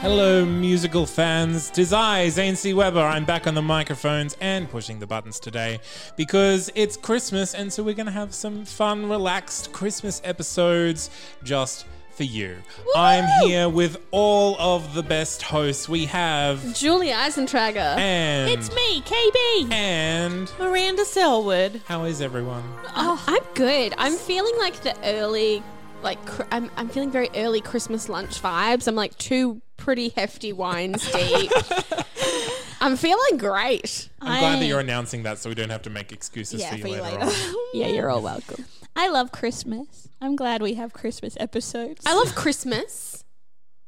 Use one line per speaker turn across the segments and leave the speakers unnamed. Hello, musical fans. Tis I, Zane C. Weber. I'm back on the microphones and pushing the buttons today because it's Christmas, and so we're going to have some fun, relaxed Christmas episodes just for you. I'm here with all of the best hosts we have.
Julie Eisentrager.
And
It's me, KB.
And
Miranda Selwood.
how is everyone?
Oh, I'm good. I'm feeling like the early, like cr- I'm, I'm feeling very early Christmas lunch vibes. I'm like two pretty hefty wines deep. I'm feeling great.
I'm glad that you're announcing that so we don't have to make excuses
Yeah,
for you
for you
later,
later.
on.
Yeah, you're all welcome.
I love Christmas. I'm glad we have Christmas episodes.
I love Christmas,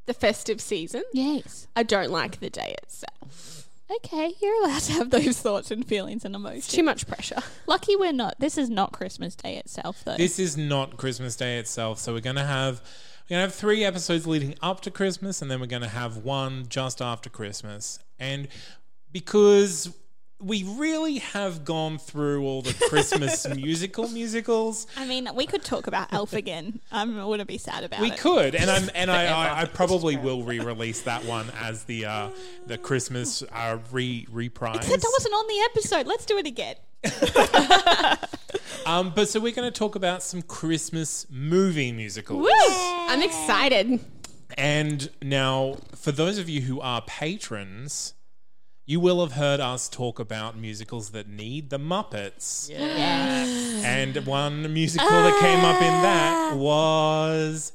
the festive season.
Yes.
I don't like the day itself.
Okay, you're allowed to have those thoughts and feelings and emotions.
It's too much pressure.
Lucky we're not. This is not Christmas Day itself, though.
This is not Christmas Day itself, so we're gonna have we're gonna have three episodes leading up to Christmas, and then we're gonna have one just after Christmas. And because we really have gone through all the Christmas musical musicals.
I mean, we could talk about Elf again. I wouldn't be sad about
We
it.
could, and I'm, and I, I, I probably will re-release that one as the uh, the Christmas uh, re reprise.
Except I wasn't on the episode. Let's do it again.
Um, but so we're going to talk about some Christmas movie musicals.
I'm excited.
And now, for those of you who are patrons, you will have heard us talk about musicals that need the Muppets. And one musical that came up in that was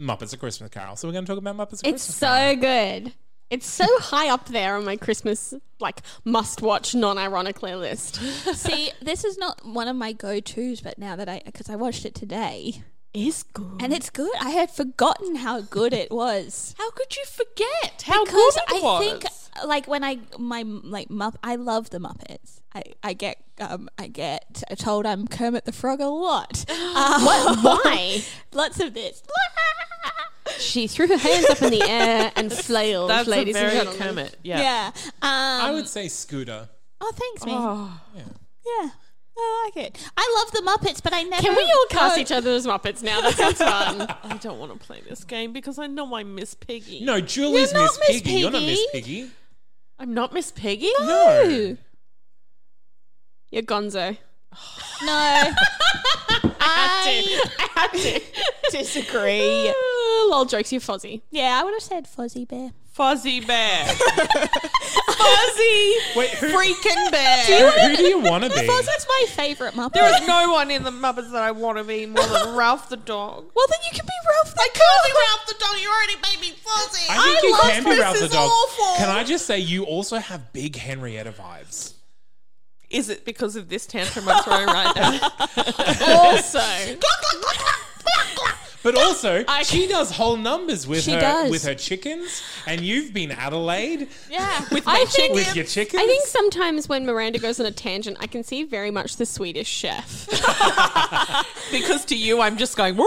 Muppets A Christmas Carol. So we're going to talk about Muppets A
It's
Christmas
so good. It's so high up there on my Christmas like must watch non ironically list.
See, this is not one of my go tos, but now that I, because I watched it today,
Is good.
and it's good. I had forgotten how good it was.
How could you forget how
because
good it
I
was?
think like when I my like Mupp- I love the Muppets. I I get um I get told I'm Kermit the Frog a lot. Um,
Why?
Lots of this.
She threw her hands up in the air and flailed,
That's
ladies
a
and
very
gentlemen.
Kermit. Yeah.
Yeah.
I
Um.
would say Scooter.
oh, thanks, me. Yeah. I like it. I love the Muppets, but I never.
Can we all cast
go-
each other as Muppets now? That sounds fun.
I don't want to play this game because I know I miss Piggy.
No, Julie's
You're not
Miss
Miss
Piggy. You're not Miss
Piggy.
Piggy.
I'm not Miss Piggy.
No.
You're Gonzo.
No.
I, had to
disagree.
Uh, lol jokes, you're Fozzie.
Yeah, I would have said Fozzie Bear.
Fuzzy Bear. Fuzzy
Wait, who,
freaking Bear.
who do you want to be?
Fozzie's my favourite Muppet.
there is no one in the Muppets that I want to be more than Ralph the dog.
well, then you can be Ralph the
I can't be Ralph the dog. You already made me fuzzy.
I think you
love
can be
this
Ralph the
is
dog.
Awful.
Can I just say you also have big Henrietta vibes?
Is it because of this tantrum I'm throwing right now?
Also,
But also, she does whole numbers with
She
her
does.
with her chickens, and you've been Adelaide
yeah, with
with
I
your
think,
with your chickens.
I think sometimes when Miranda goes on a tangent, I can see very much the Swedish chef.
because to you, I'm just going. there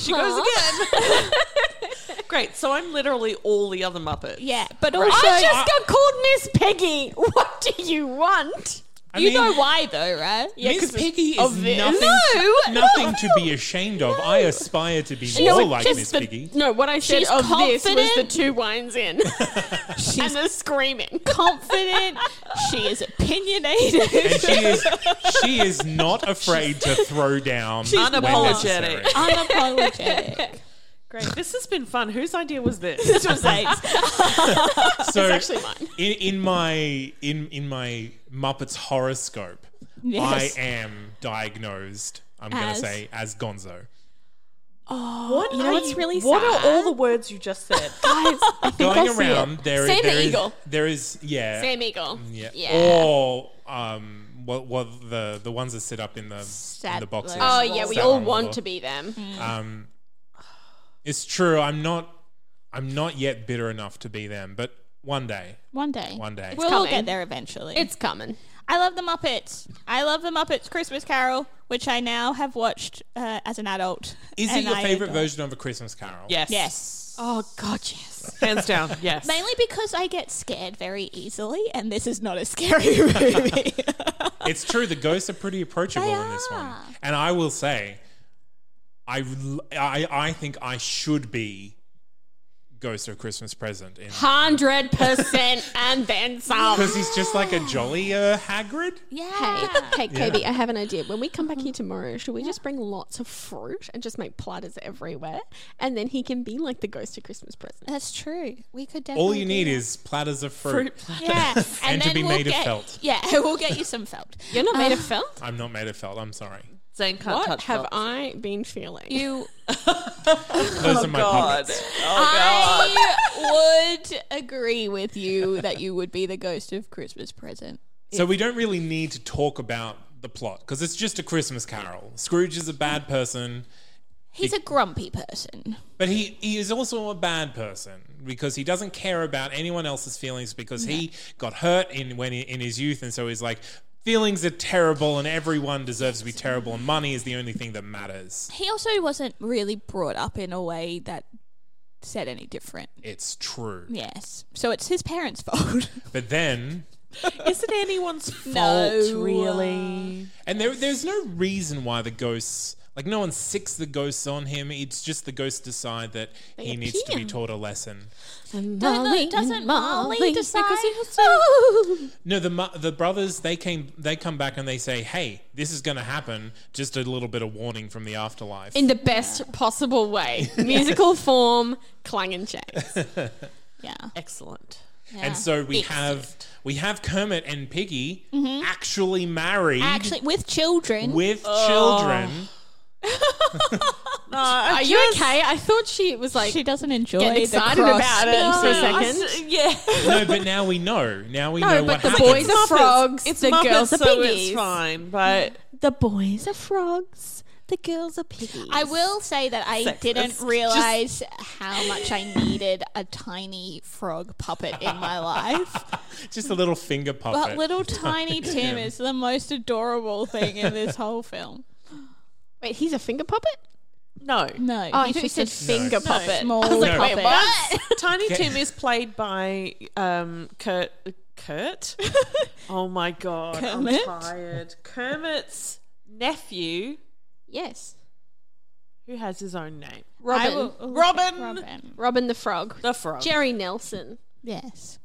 she goes again. Great. So I'm literally all the other Muppets.
Yeah, but also
I just got called Miss Peggy. What do you want?
I
you
mean,
know why though, right? Yeah.
Miss Piggy is
obvious.
nothing,
No, no,
nothing to be ashamed of. I aspire to be more
it's
like
just
Miss
the-
Piggy.
No, what I said
She's
of this was
confident.
the two wines in and
She's
the screaming.
confident. she is opinionated.
And she is she is not afraid to throw down when
unapologetic.
necessary.
Uh, Unapologetic.
Great. This has been fun. Whose idea was this?
This was like
So
actually mine.
in, in my in in my Muppets horoscope,
Yes.
I am diagnosed. I'm going to
As?
say as Gonzo.
What
know
are
what's really
What are
sad?
all the words you just said?
Going around, there,
Same
there is-
eagle.
there is yeah,
Sam Eagle.
yeah,
Yeah.
or um, what what the the ones that sit up in the in the boxes.
Saddler.
Oh yeah, we
Sat
all
on the
want
floor.
to be them.
Um, it's true. I'm not. I'm not yet bitter enough to be them, but one day,
one day.
one day.
We'll all
coming.
get there eventually.
It's coming.
I love the Muppets. I love the Muppets Christmas Carol, which I now have watched uh, as an adult.
is it
and
your
I
favorite
adore.
version of a Christmas Carol?
yes.
Yes.
Oh god, yes.
Hands down. Yes.
Mainly because I get scared very easily, and this is not a scary movie.
It's true. The ghosts are pretty approachable
They
in this one,
are.
and I will say, I l- I, I think I should be Ghost of Christmas Present in
Hundred percent and then some.
because he's just like a jolly uh, Hagrid.
Hey,
yeah.
hey, KB, I have an idea. When we come back here tomorrow, should we just bring lots of fruit and just make platters everywhere? And then he can be like the ghost of Christmas present.
That's true. We could definitely.
All you
do
need
that.
is platters of fruit.
Yeah. and,
And to
then
be
we'll
made of
get,
felt.
Yeah, we'll get you some felt. Um,
You're not made of felt?
I'm not made of felt. I'm sorry.
Zane can't
Ah. What
touch
have
felt.
I been feeling?
You,
Those are my
God.
pockets.
I would agree with you that you would be the ghost of Christmas present.
So we don't really need to talk about the plot because it's just a Christmas Carol. Scrooge is a bad person,
He's a grumpy person.
but he, he is also a bad person because he doesn't care about anyone else's feelings because he got hurt in when he, in his youth, and so he's like. Feelings are terrible, and everyone deserves to be terrible, and money is the only thing that matters.
He also wasn't really brought up in a way that said any different.
It's true.
Yes. So it's his parents' fault.
But then
Is it anyone's fault, really?
And there, there's no reason why the ghosts, like no one sicks the ghosts on him. It's just the ghosts decide that he needs to be
appear.
taught a lesson.
Don't know,
uh,
doesn't Molly decide?
Because he has
No, the mu- the brothers they came they come back and they say, "Hey, this is going to happen. Just a little bit of warning from the afterlife."
in the best possible way. Musical form, clang and chase.
yeah.
Excellent.
And so we have we have Kermit and Piggy
Mm-hmm.
actually married
Actually, with children.
with children.
I
Are you okay? I thought she was like
she doesn't enjoy
getting
the
excited
cross.
about it for a second.
yeah.
No, but now we know. Now we
No,
know
but
what
the
happened.
boys are- Frogs,
It's
the
Muppets,
girls are
so
piggies.
It's fine, but
The boys are frogs. The girls are piggies.
I will say that I
Sexist.
didn't
Just-
realize how much I needed a tiny frog puppet in my life.
just a little finger puppet.
But little tiny Tim is the most adorable thing in this whole film.
Wait, he's a finger puppet?
no.
No,
Oh, I
he's
thought you
just
said finger
No,
puppet.
small
I was like,
No.
wait,
puppet.
what?
Tiny Tim is played by um, Kurt. Kurt? oh my god,
Kermit?
I'm tired. Kermit's nephew,
yes.
who has his own name,
I
Robin.
will-
Robin.
Robin.
oh, Robin the frog.
the frog,
Jerry Nelson.
Yes.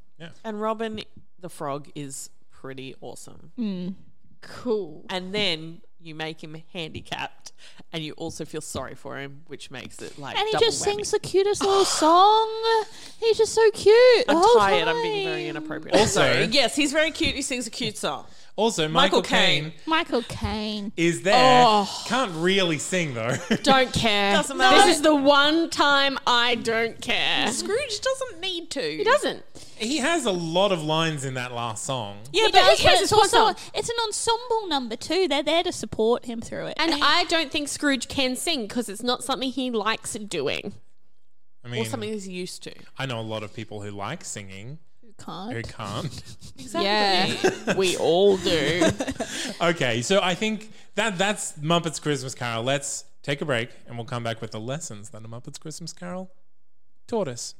and Robin the frog is pretty awesome.
Mm.
Cool.
And then you make him handicapped, and you also feel sorry for him, which makes it like.
And he
double
just
whammy.
sings the cutest little song. He's just so cute. the
I'm
whole
tired. I'm
time.
being very inappropriate.
Also-
Sorry. yes, he's very cute. He sings a cute song.
also, Michael,
Michael Caine. Oh.
Caine
Michael Caine.
is there. Can't really sing though.
Don't care.
Doesn't matter.
This is the one time I don't care.
Scrooge doesn't need to.
He doesn't.
he has a lot of lines in that last song.
Yeah,
He
but
does,
he
but
has
it's
his one
also
song.
it's an ensemble number too. They're there to support him through it.
And I don't think Scrooge can sing because it's not something he likes doing.
I
or
mean,
something he's used to.
I know a lot of people who like singing who
can't.
can't.
Yeah, we all do.
okay, so I think that that's Muppets Christmas Carol. Let's take a break and we'll come back with the lessons that a Muppets Christmas Carol taught us.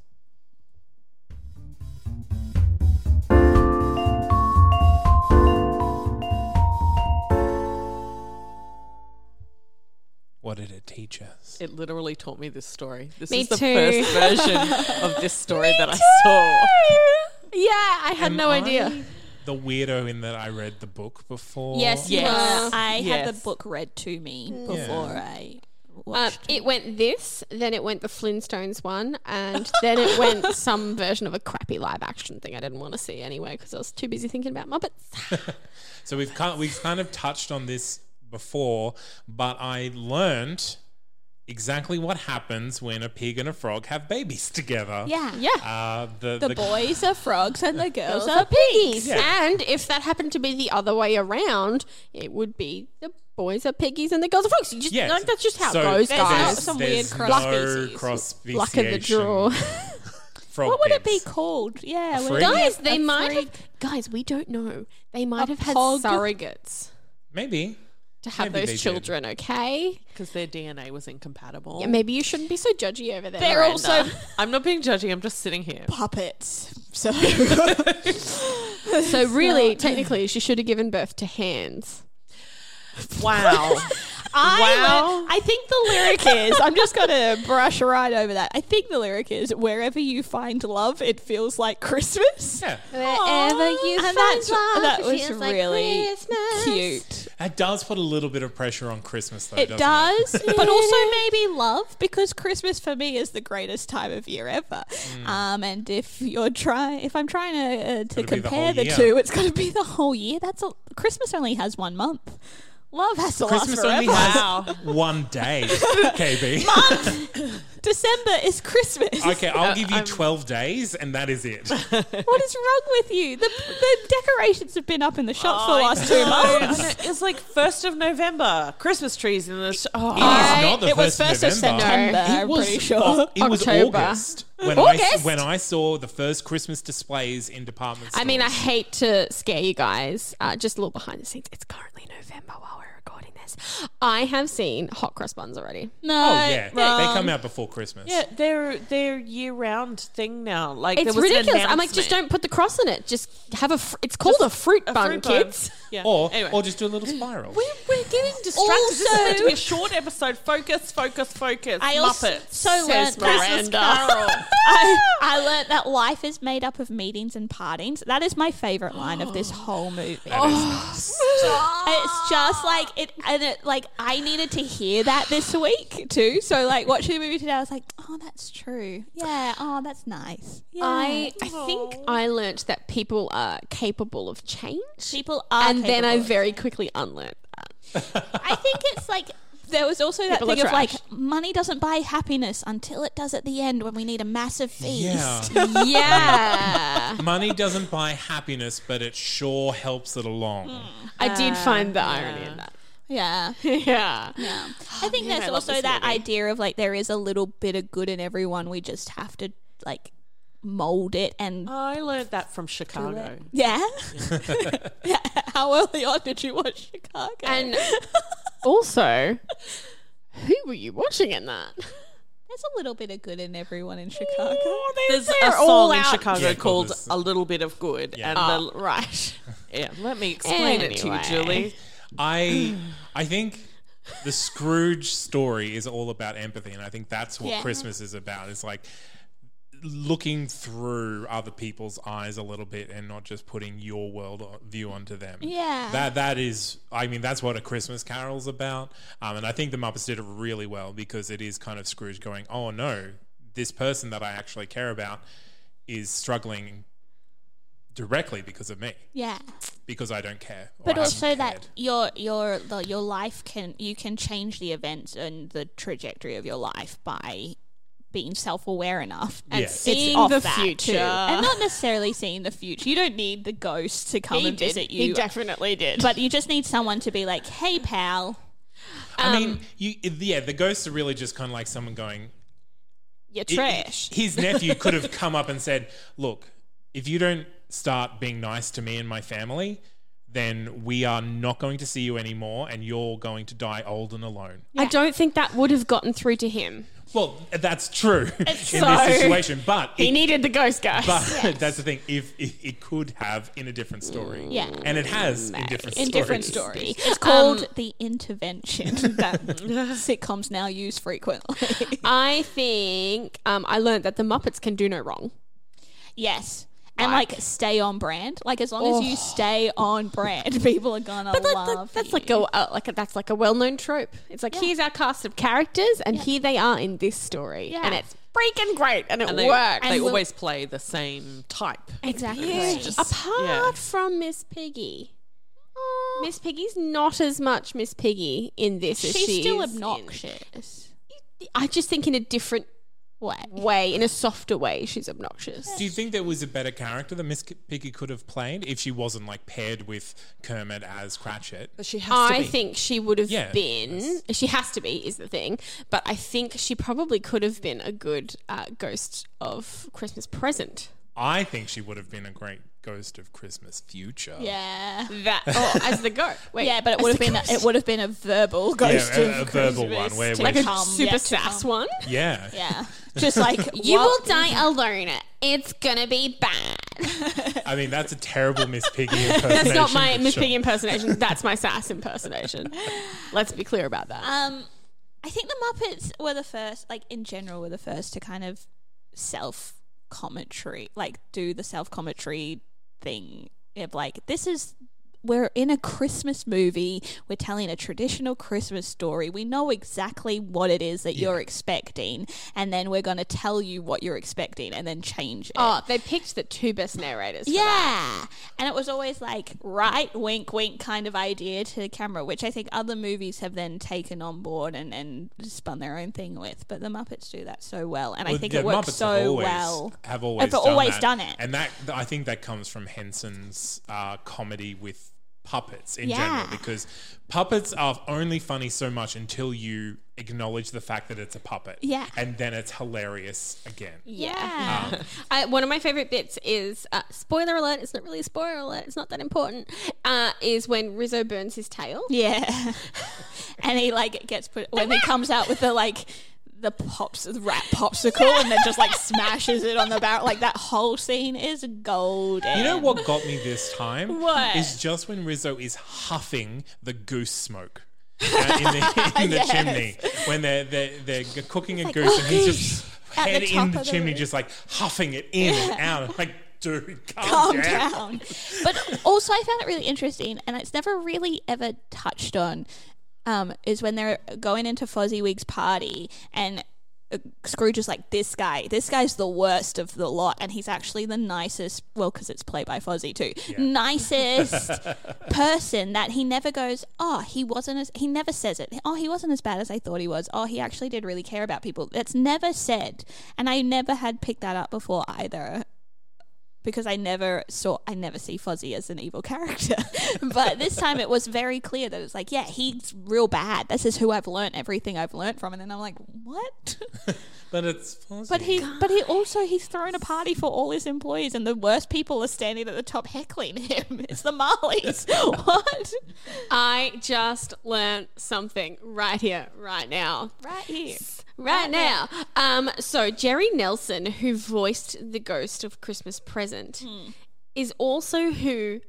What did it teach us?
It literally taught me this story. This
Me
is the
too.
first version of this story that I saw.
Yeah, I had
Am
no
I
idea.
The weirdo in that I read the book before.
Yes,
Yes.
yes. I had
Yes.
the book read to me before I
Um,
watched.
it went this, then it went the Flintstones one, and then it went some version of a crappy live action thing I didn't want to see anyway because I was too busy thinking about Muppets.
So we've kind we've kind of touched on this before, but I learned exactly what happens when a pig and a frog have babies together.
yeah,
Yeah.
Uh, the,
The boys are frogs and the girls
Those
are
are
pigs.
piggies. And if that happened to be the other way around, it would be the boys are piggies and the girls are frogs. You just
Yes.
like, that's just how
So
it goes,
there's-
guys.
Some
there's
weird cross
no
species.
cross
Luck of the
speciation
draw.
frog
What would it be
pigs.
called? Yeah, would it
freak?
be
guys,
a-
they
a
might
freak?
have. Guys, we don't know. They might
A
have had
pog?
surrogates
Maybe.
to
Maybe
have
they did.
those children. Okay.
Because their DNA was incompatible.
Yeah, maybe you shouldn't be so judgy over there.
They're
Miranda.
also
I'm not being judgy, I'm just sitting here.
puppets. So
so really, technically, she should have given birth to hands.
Wow.
I,
Wow.
I think the lyric is I'm just gonna brush right over that. I think the lyric is wherever you find love, it feels like Christmas.
Yeah.
Wherever
Aw,
you
and
find
that's-
love,
that
it
was
feels like
really
Christmas.
cute.
It does put a little bit of pressure on Christmas, though.
It
doesn't
does, but also maybe love because Christmas for me is the greatest time of year ever. Um, and if you're trying, if I'm trying to uh, to
Mm. gotta be the
compare
whole
the,
year.
two, it's going to be the whole year. That's a, Christmas only has one month. Love has to
Christmas
last forever.
only has one day, KB.
December is Christmas.
Okay, I'll give
Um,
you 12 days, and that is it.
What is wrong with you? The, the decorations have been up in the shop for the last two months.
It's like 1st of November, Christmas trees in the. Sh- oh.
It's not the
it was
first
first
of
of
November.
September,
It
I'm
was-
pretty sure.
oh, it was
October.
August when I
August?
when I saw the first Christmas displays in department stores.
I mean, I hate to scare you guys. Uh, just a little behind the scenes. It's currently November while we're recording this. I have seen hot cross buns already.
no,
Oh yeah, they come out before Christmas.
Yeah, oh. they're they're year round thing now. Like there
It's
was an
ridiculous. I'm like, just
announcement.
don't put the cross in it. Just have a. Fr- it's called a fruit
A
bun,
fruit bun.
kids.
Yeah.
Or
Anyway.
or just do a little spiral.
We're getting distracted. this is meant to be a short episode. Focus, focus, focus.
I also
Muppets.
so
Says
learned that-
Miranda.
I, I learned that life is made up of meetings and partings. That is my favorite line of this whole movie. It's just like it, and it like I needed to hear that this week too. So like watching the movie today, I was like, oh, that's true. Yeah. Oh, that's nice. Yeah.
I, I think I learnt that people are capable of change.
people are,
and then I
capable of
very quickly unlearned that.
I think it's like there was also that
People are
thing of like
trash.
money doesn't buy happiness until it does at the end when we need a massive feast.
Yeah.
Yeah.
Money doesn't buy happiness, but it sure helps it along.
Hmm. I did find the irony in that.
Yeah.
Yeah.
I think there's also that idea of like there is a little bit of good in everyone. We just have to like mold it and
I learned that from Chicago.
yeah. yeah. How early on did you watch Chicago?
And also, who were you watching in that?
there's a little bit of good in everyone in Chicago.
There's
they're
a
all
song in
out-
Chicago
Yeah,
called
called
"A Little Bit of Good," and
Oh,
the,
right.
yeah, let me explain it to you,
Anyway.
Julie.
I I think the Scrooge story is all about empathy, and I think that's what
Yeah.
Christmas is about. It's like looking through other people's eyes a little bit and not just putting your world o- view onto them.
Yeah.
That that is I mean that's what a Christmas carol's about. Um, and I think the Muppets did it really well because it is kind of Scrooge going, "Oh no, this person that I actually care about is struggling directly because of me
yeah.
because I don't care." or
but
I
also
haven't
that
cared."
your your the, your life can you can change the events and the trajectory of your life by being self-aware enough and
Yes.
seeing
Seeing the
the future
future.
and not necessarily seeing the future you don't need the ghost to come and visit you
definitely did.
but you just need someone to be like hey pal
I
Um,
mean, you, yeah, the ghosts are really just kind of like someone going,
you're
i- His nephew could have come up and said, "Look, if you don't start being nice to me and my family, then we are not going to see you anymore and you're going to die old and alone.
I don't think that would have gotten through to him.
Well, that's true in
so-
this situation, but
He
it-
needed the ghost guys.
but that's the thing. If it, it could have in a different story,
Yeah. Mm,
and it has in different
In
stories.
different stories.
It's called the intervention that sitcoms now use frequently.
I think um, I learned that the Muppets can do no wrong.
yes. And like, Oh. stay on brand. Like as long as you stay on brand, people are gonna
But that,
love.
that- that's
you.
like a uh, like a, that's like a well known trope. It's like here's our cast of characters, and here they are in this story,
Yeah.
and it's freaking great, and it
And they,
works.
they
And we'll-
always play the same type.
exactly.
It's just-
Apart
yeah.
from Miss Piggy, Miss Piggy's not as much Miss Piggy in this. as
she's
she
still
is in-
obnoxious.
I just think in a different
What?
way, in a softer way, she's obnoxious.
Do you think there was a better character that Miss Piggy could have played if she wasn't like paired with Kermit as Cratchit?
But she has to
I
be.
think she would have
Yeah,
been. She has to be is the thing, but I think she probably could have been a good uh, ghost of Christmas present.
I think she would have been a great Ghost of Christmas Future.
Yeah.
That oh, as the goat. Wait,
yeah, but it
as
would have
the
been
ghost.
it would have been a verbal ghost
a-
of
a verbal
Christmas
one where
to
we-
like a
come,
super
yeah, to
sass
come.
one.
Yeah.
Yeah, just like
You
what-
will die alone. It's gonna be bad.
I mean, that's a terrible Miss Piggy impersonation.
That's not my
but
Miss
sure.
Piggy impersonation. That's my sass impersonation. Let's be clear about that.
Um, I think the Muppets were the first, like in general, were the first to kind of self commentary, like do the self commentary thing of like this is we're in a Christmas movie, we're telling a traditional Christmas story, we know exactly what it is that you're expecting, and then we're gonna tell you what you're expecting and then change it.
Oh, they picked the two best narrators. for that.
Yeah. And it was always like right wink wink kind of idea to the camera, which I think other movies have then taken on board and, and spun their own thing with. But the Muppets do that so well. And I
Well,
think
the
it works
Muppets have
so
always,
well.
Have always,
Have
done,
always
that.
done it.
and that th- I think that comes from Henson's uh, comedy with puppets in
Yeah.
general, because puppets are only funny so much until you acknowledge the fact that it's a puppet,
Yeah.
and then it's hilarious again.
yeah.
I, Uh, one of my favorite bits is uh, spoiler alert. It's not really a spoiler alert. It's not that important. Uh, is when Rizzo burns his tail.
Yeah. and he like gets put when he comes out with the like the pops the rat popsicle and then just like smashes it on the barrel. Like that whole scene is golden.
You know what got me this time?
What?
Is just when Rizzo is huffing the goose smoke. uh, in the, in the
Yes.
chimney when they're they're, they're g- cooking a goose and he's just
At the
head in
top
the
of the
chimney
roof.
just like huffing it in and out I'm like dude calm,
calm
down.
down. But also, I found it really interesting, and it's never really ever touched on. Um, is when they're going into Fozziwig's party, and uh, Scrooge is like, "This guy, this guy's the worst of the lot, and he's actually the nicest. Well, because it's played by Fozzie too, nicest person that he never goes. Oh, he wasn't as he never says it. Oh, he wasn't as bad as I thought he was. Oh, he actually did really care about people. That's never said, and I never had picked that up before either because I never saw I never see Fozzie as an evil character. but this time it was very clear that it's like, yeah, he's real bad. This is who I've learnt everything I've learnt from and then I'm like, what?
But it's Fozzie.
But he but he also he's thrown a party for all his employees and the worst people are standing at the top heckling him. It's the Marleys. what?
I just learned something right here, right now.
Right here.
Right now. Um, so Jerry Nelson, who voiced the ghost of Christmas present, is also who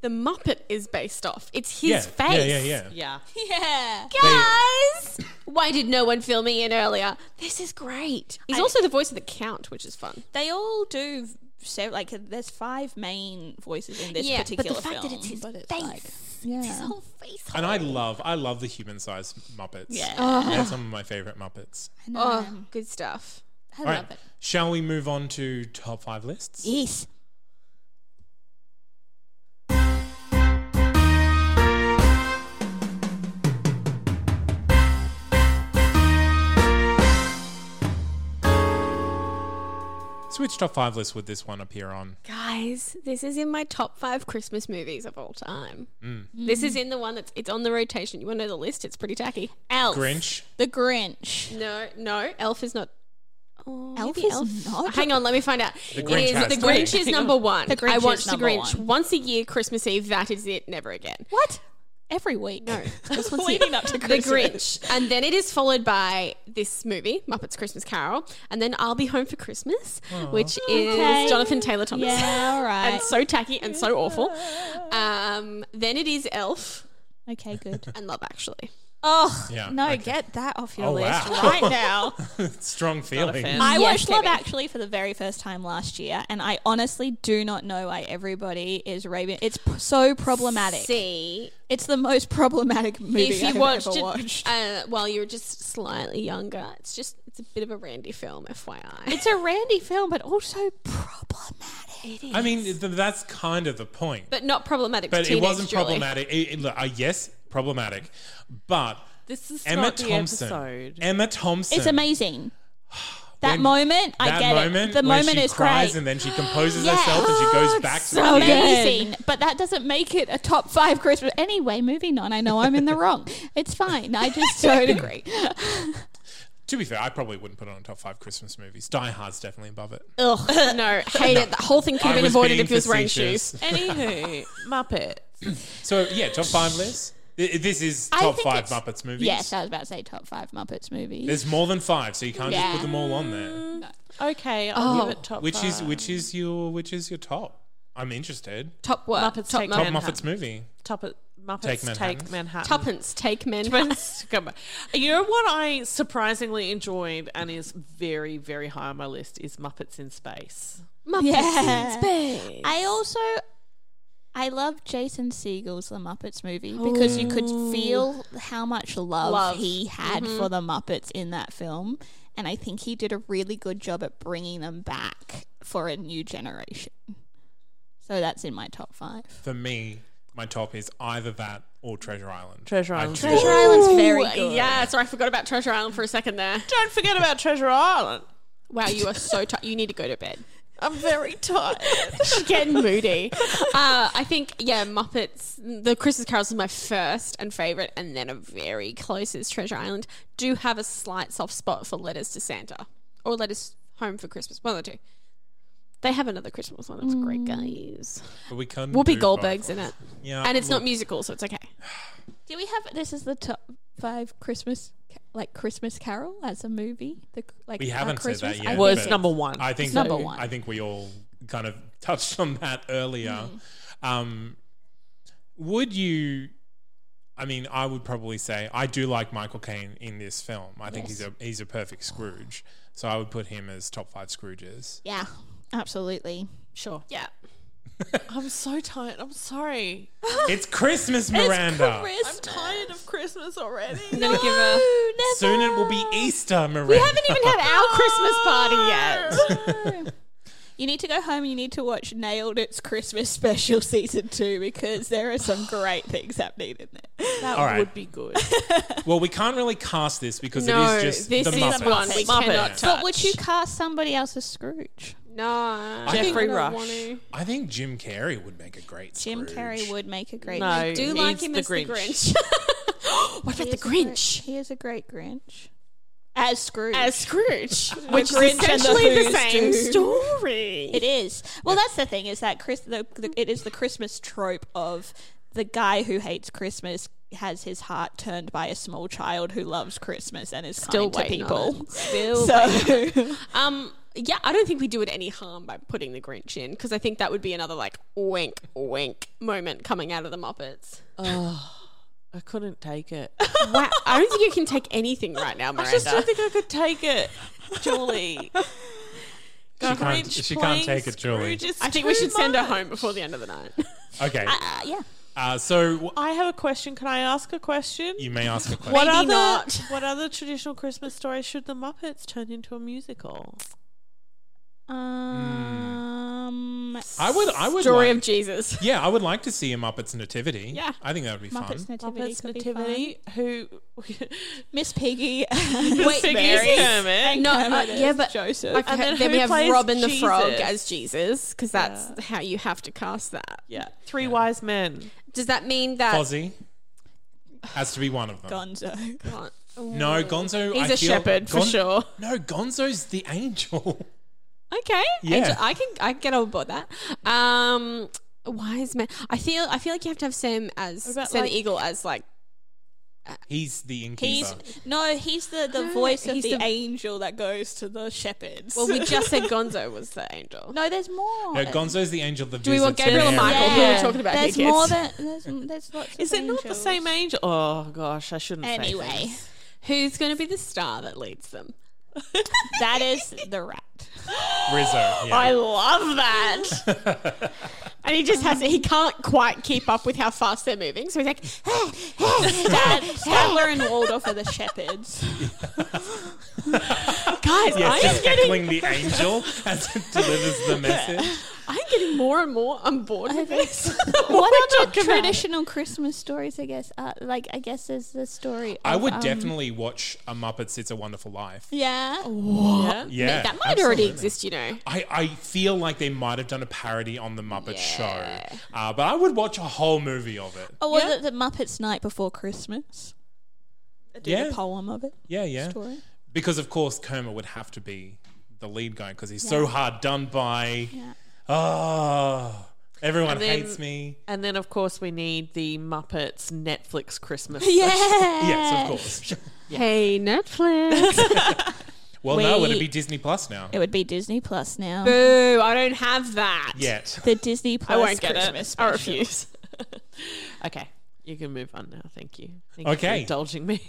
the Muppet is based off. It's his
yeah,
face.
yeah yeah yeah
Yeah.
Yeah.
Guys, why did no one fill me in earlier? This is great. He's
I-
also the voice of the Count, which is fun.
They all do so like there's five main voices in this
yeah,
particular
but the fact
film.
that it's his
but
face,
like-
his whole face.
and I love I love the human sized Muppets
Yeah. Oh.
they're some of my favorite Muppets
Oh, good stuff.
I
all
love
right
it.
shall we move on to top five lists
Yes.
so which top five list would this one appear on
Guys, this is in my top five Christmas movies of all time.
Hmm.
This is in the one that's it's on the rotation. You want to know the list? It's pretty tacky. Elf.
Grinch
The Grinch.
No, no, Elf is not. Oh,
Elf
maybe
is not-
Hang on, let me find out.
The Grinch
It
has
is,
to
the
be.
Grinch is number one.
The Grinch
I
is
watched the
number
Grinch
one.
once a year, Christmas Eve. That is it. Never again.
What? Every week? No.
Just once a year.
Leading up to
the
Christmas.
Grinch, and then it is followed by this movie, Muppets Christmas Carol, and then I'll Be Home for Christmas, which is
Okay.
Jonathan Taylor Thomas.
Yeah, all right.
and so tacky and so awful. Um, then it is Elf
Okay, good.
and Love Actually.
Oh,
Yeah,
no,
okay.
get that off your
Oh,
list
wow.
right now.
Strong feeling.
fan.
I
Yes,
watched Love
baby.
Actually for the very first time last year, and I honestly do not know why everybody is raving. It's p- so problematic.
See,
It's the most problematic movie
if you
I've
watched
ever
it
watched.
Uh, while you were just slightly younger, it's just it's a bit of a Randy film, FYI.
it's a Randy film, but also problematic.
I mean, th- that's kind of the point.
but not problematic. to
But it
teenage
wasn't
Julie.
problematic. It, it, look, uh, yes, problematic. But
This is
Emma
not the
Thompson.
episode.
Emma Thompson.
It's amazing. That
When-
moment, I
that
get
moment
it. The
where
moment
she
is
cries
great.
and then she composes
Yeah. Oh,
herself and she goes back to
Oh, so
the
good.
amazing, but that doesn't make it a top five Christmas. Anyway, moving on. I know I'm in the wrong. It's fine. I just don't agree.
To be fair, I probably wouldn't put it on top five Christmas movies. Die Hard's definitely above it.
Ugh, no, hate it. The whole thing could
I
have been
was
avoided
being
if he was wearing
facetious.
shoes.
Anywho, Muppet.
So yeah, top five list. Th- This is
I
top
think
five
it's-
Muppets movies.
yes, I was about to say top five Muppets movies.
There's more than five, so you can't
Yeah.
just put them all on there.
Okay, I'll
Oh.
give it top
Which
five.
is which is your which is your top? I'm interested.
Top work.
Muppets
top
take
Top
Manhattan.
Muppets movie.
top it- Muppets
Take
take
Manhattan.
Manhattan. Take Manhattan.
Tuppence take men.
Muppets Take Man- You know what I surprisingly enjoyed and is very, very high on my list is Muppets in Space.
yeah. I also I love Jason Siegel's The Muppets movie because you could feel how much love, Mm-hmm.
Love.
he had for the Muppets in that film, and I think he did a really good job at bringing them back for a new generation. So that's in my top five.
For me, my top is either that or Treasure Island.
Treasure
I
Island.
do-
Treasure Island's very
Ooh,
good.
Yeah, sorry, I forgot about Treasure Island for a second there.
Don't forget about Treasure Island.
Wow, you are so tired. You need to go to bed.
I'm very tired.
Getting moody. Uh, I think yeah, Muppets. The Christmas Carols is my first and favorite, and then a very close is Treasure Island. Do have a slight soft spot for Letters to Santa or Letters Home for Christmas. One of the two. They have another Christmas one. It's great,
Mm.
guys.
But we couldn't do
Whoopi
both.
Goldberg's in it,
Yeah,
and it's
look,
not musical, so it's okay.
Do we have this? Is the top five Christmas ca- like Christmas Carol as a movie? The c- like
We
our
haven't said
Christmas?
that
I
yet.
Was
but
number one.
I think
It's number one.
I think we all kind of touched on that earlier.
Hmm.
Um, would you? I mean, I would probably say I do like Michael Caine in this film. I think he's a he's a perfect Scrooge. So I would put him as top five Scrooges.
Yeah, absolutely.
Sure.
Yeah.
I'm so tired. I'm sorry.
it's Christmas, Miranda.
I'm tired of Christmas already.
I'm gonna give a.
Soon it will be Easter, Miranda.
We haven't even had our Christmas party yet.
You need to go home and you need to watch Nailed It's Christmas Special Season 2 because there are some great things happening in there.
That
All right.
would be good.
well, we can't really cast this because
No,
it is just
this
the
is
Muppets.
one we
Muppets.
cannot touch.
But would you cast somebody else as Scrooge?
No,
Jeffrey
I don't
Rush.
want to.
I think Jim Carrey would make a great
Jim
Scrooge.
Carrey would make a great
No,
Do
he's
like him as the Grinch. what about the Grinch?
He is a great Grinch. As Scrooge.
As Scrooge,
which is essentially the same
story.
it is. Well, that's the thing is that Chris, the, the, it is the Christmas trope of the guy who hates Christmas has his heart turned by a small child who loves Christmas and is
Still
kind to
waiting on
people.
it. Still
so
Um, yeah, I don't think we do it any harm by putting the Grinch in because I think that would be another like wink, wink moment coming out of the Muppets.
I couldn't take it.
Wow, I don't think you can take anything right now, Miranda.
I just don't think I could take it, Julie.
She can't- she can't take it, Julie.
I think we should send her home before the end of the night.
Okay.
uh, yeah.
Uh, so w-
I have a question. Can I ask a question?
you may ask a question.
What
Maybe
other
not.
what other traditional Christmas story should the Muppets turn into a musical?
Um,
Mm. I would. I would.
Story
like-
of Jesus.
yeah, I would like to see a Muppets Nativity.
Yeah.
I think that would be
Muppets
fun.
Nativity. Uh,
Muppets
could be
Nativity, who
fun. Miss Piggy.
Wait,
Mary. Kermit.
No, uh,
Kermit
yeah,
as
but
Joseph.
Okay,
And then
then
who
we have
plays
Robin the Frog
Jesus?
as Jesus because that's how you have to cast that.
Yeah, three wise men.
Does that mean that
Fozzie has to be one of them.
Gonzo.
Can't-
No, Gonzo.
He's
a
a shepherd for sure.
No, Gonzo's the angel.
Okay.
Yeah.
Angel- I can I can get on board that. Um wise man. I feel I feel like you have to have Sam as
about,
Sam
like-
Eagle as like
He's the innkeeper.
He's no, he's the, the voice of
he's
the,
the-
angel that goes to the shepherds.
Well, we just said Gonzo was the angel.
no, there's more.
no, Gonzo's the angel that
Do we want
visits
Gabriel and
him.
Michael? Who we're talking about here,
There's
kids.
more than there's, there's lots.
Is
of
it not the
angels.
same angel? Oh gosh, I shouldn't. say
Anyway,
things.
Who's going to be the star that leads them?
that is the rat.
Rizzo. yeah.
I love that. and he just has he can't quite keep up with how fast they're moving, so he's like,
Stat- Statler and Waldorf are the shepherds.
guys,
Yes,
I am
just
getting
heckling the angel as it delivers the message.
I'm getting more and more on board with this.
what
We're
other
talking about-
traditional Christmas stories? I guess, uh, like I guess there's the story.
I
of,
would
um,
definitely watch A Muppet's It's a Wonderful Life.
Yeah.
Yeah.
Yeah.
that might
absolutely.
already exist, you know.
I, I feel like they might have done a parody on the Muppet Show, uh, but I would watch a whole movie of it.
Or was it the Muppets Night Before Christmas?
yeah,
The poem of it.
yeah, yeah.
Story.
Because of course Kermit would have to be the lead guy because he's so hard done by. Oh, everyone
And then-
hates me.
And then of course we need the Muppets Netflix Christmas.
Yeah.
Yes, of course.
Hey Netflix.
Well, no,
We-
it'd be Disney Plus now.
It would be Disney Plus now.
Boo! I don't have that.
Yet.
the Disney Plus
I won't get
Christmas
it.
special.
I refuse.
Okay, you can move on now. Thank you. Thank You
Okay.
for indulging me.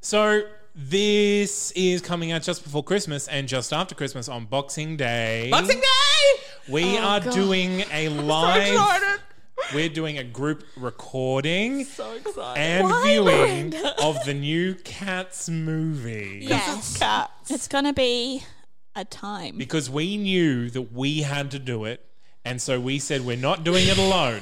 So this is coming out just before Christmas and just after Christmas on Boxing Day.
Boxing Day. Oh,
We are doing a live.
excited.
we're doing a group recording
So excited.
and viewing of the new Cats movie.
Yes. It's gonna be a time.
Because we knew that we had to do it. And so we said we're not doing it alone.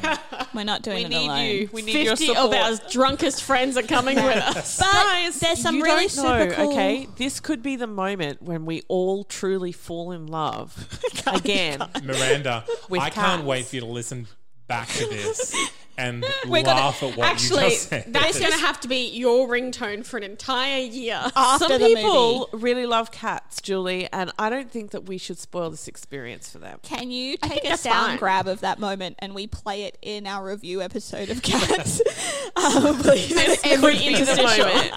We're not doing
we
it
need
alone.
you. We need your
Fifty of
support.
our drunkest friends are coming with us.
But there's some
you
really
don't know,
super cool.
okay? This could be the moment when we all truly fall in love again.
Miranda,
With
I can't
cats.
wait for you to listen back to this and
We're gonna-
laugh at what
actually,
you just said.
that is going to have to be your ringtone for an entire year.
Some
the movie.
people really love cats, Julie, and I don't think that we should spoil this experience for them.
Can you take a
that's
sound
fine.
grab of that moment and we play it in our review episode of Cats? um, please.
every
Be the
interstitial.
moment.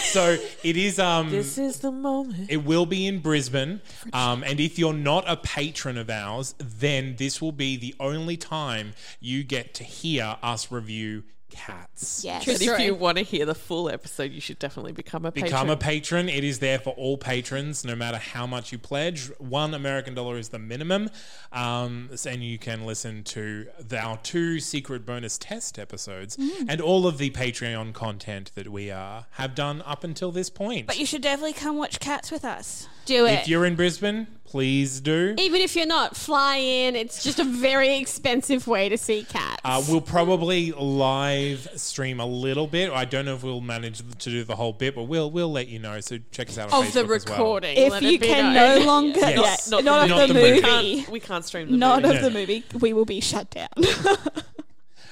so it is um
this is the moment.
It will be in Brisbane. Um, and if you're not a patron of ours, then this will be the only time you get to hear us review cats.
Yes.
But if you want to hear the full episode, you should definitely become a
Become
patron.
a patron. It is there for all patrons, no matter how much you pledge. One American dollar is the minimum. Um, and you can listen to the- our two secret bonus test episodes
Mm.
and all of the Patreon content that we uh, have done up until this point.
But you should definitely come watch Cats with us.
Do
if
it.
you're in Brisbane, please do.
Even if you're not, fly in. It's just a very expensive way to see cats.
Uh, we'll probably live stream a little bit. I don't know if we'll manage to do the whole bit, but we'll we'll let you know. So check us out on
of
Facebook
the
as well.
recording.
If
let
you
it be
can
known.
no longer,
Yes.
yeah, not,
the
of the
movie.
movie,
We
We can't, we can't stream the
not
movie.
of the movie, we will be shut down.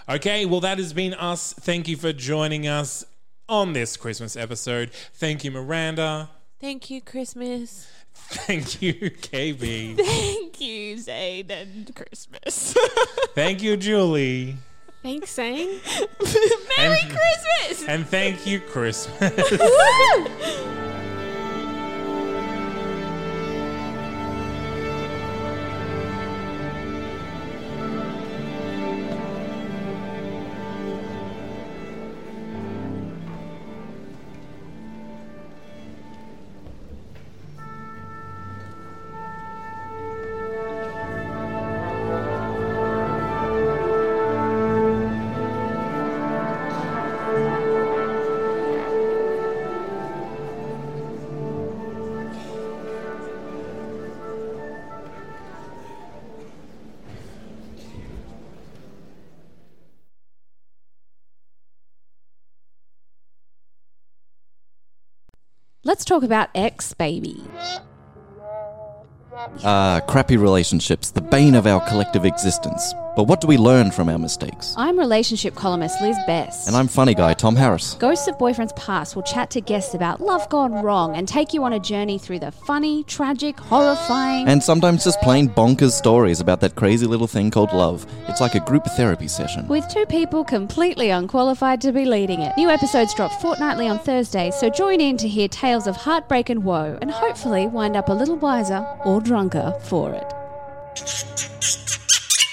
Okay, well that has been us. Thank you for joining us on this Christmas episode. Thank you, Miranda.
Thank you, Christmas.
Thank you, KB.
Thank you, Zayn and Christmas.
thank you, Julie.
Thanks, Zane.
Merry Christmas. And thank you, Christmas.
Let's talk about ex baby.
uh, Ah, crappy relationships, the bane of our collective existence. But what do we learn from our mistakes?
I'm relationship columnist Liz Best.
And I'm funny guy Tom Harris.
Ghosts of Boyfriends Past will chat to guests about love gone wrong and take you on a journey through the funny, tragic, horrifying.
And sometimes just plain bonkers stories about that crazy little thing called love. It's like a group therapy session.
with two people completely unqualified to be leading it. New episodes drop fortnightly on Thursday, so join in to hear tales of heartbreak and woe, and hopefully wind up a little wiser or drunker for it.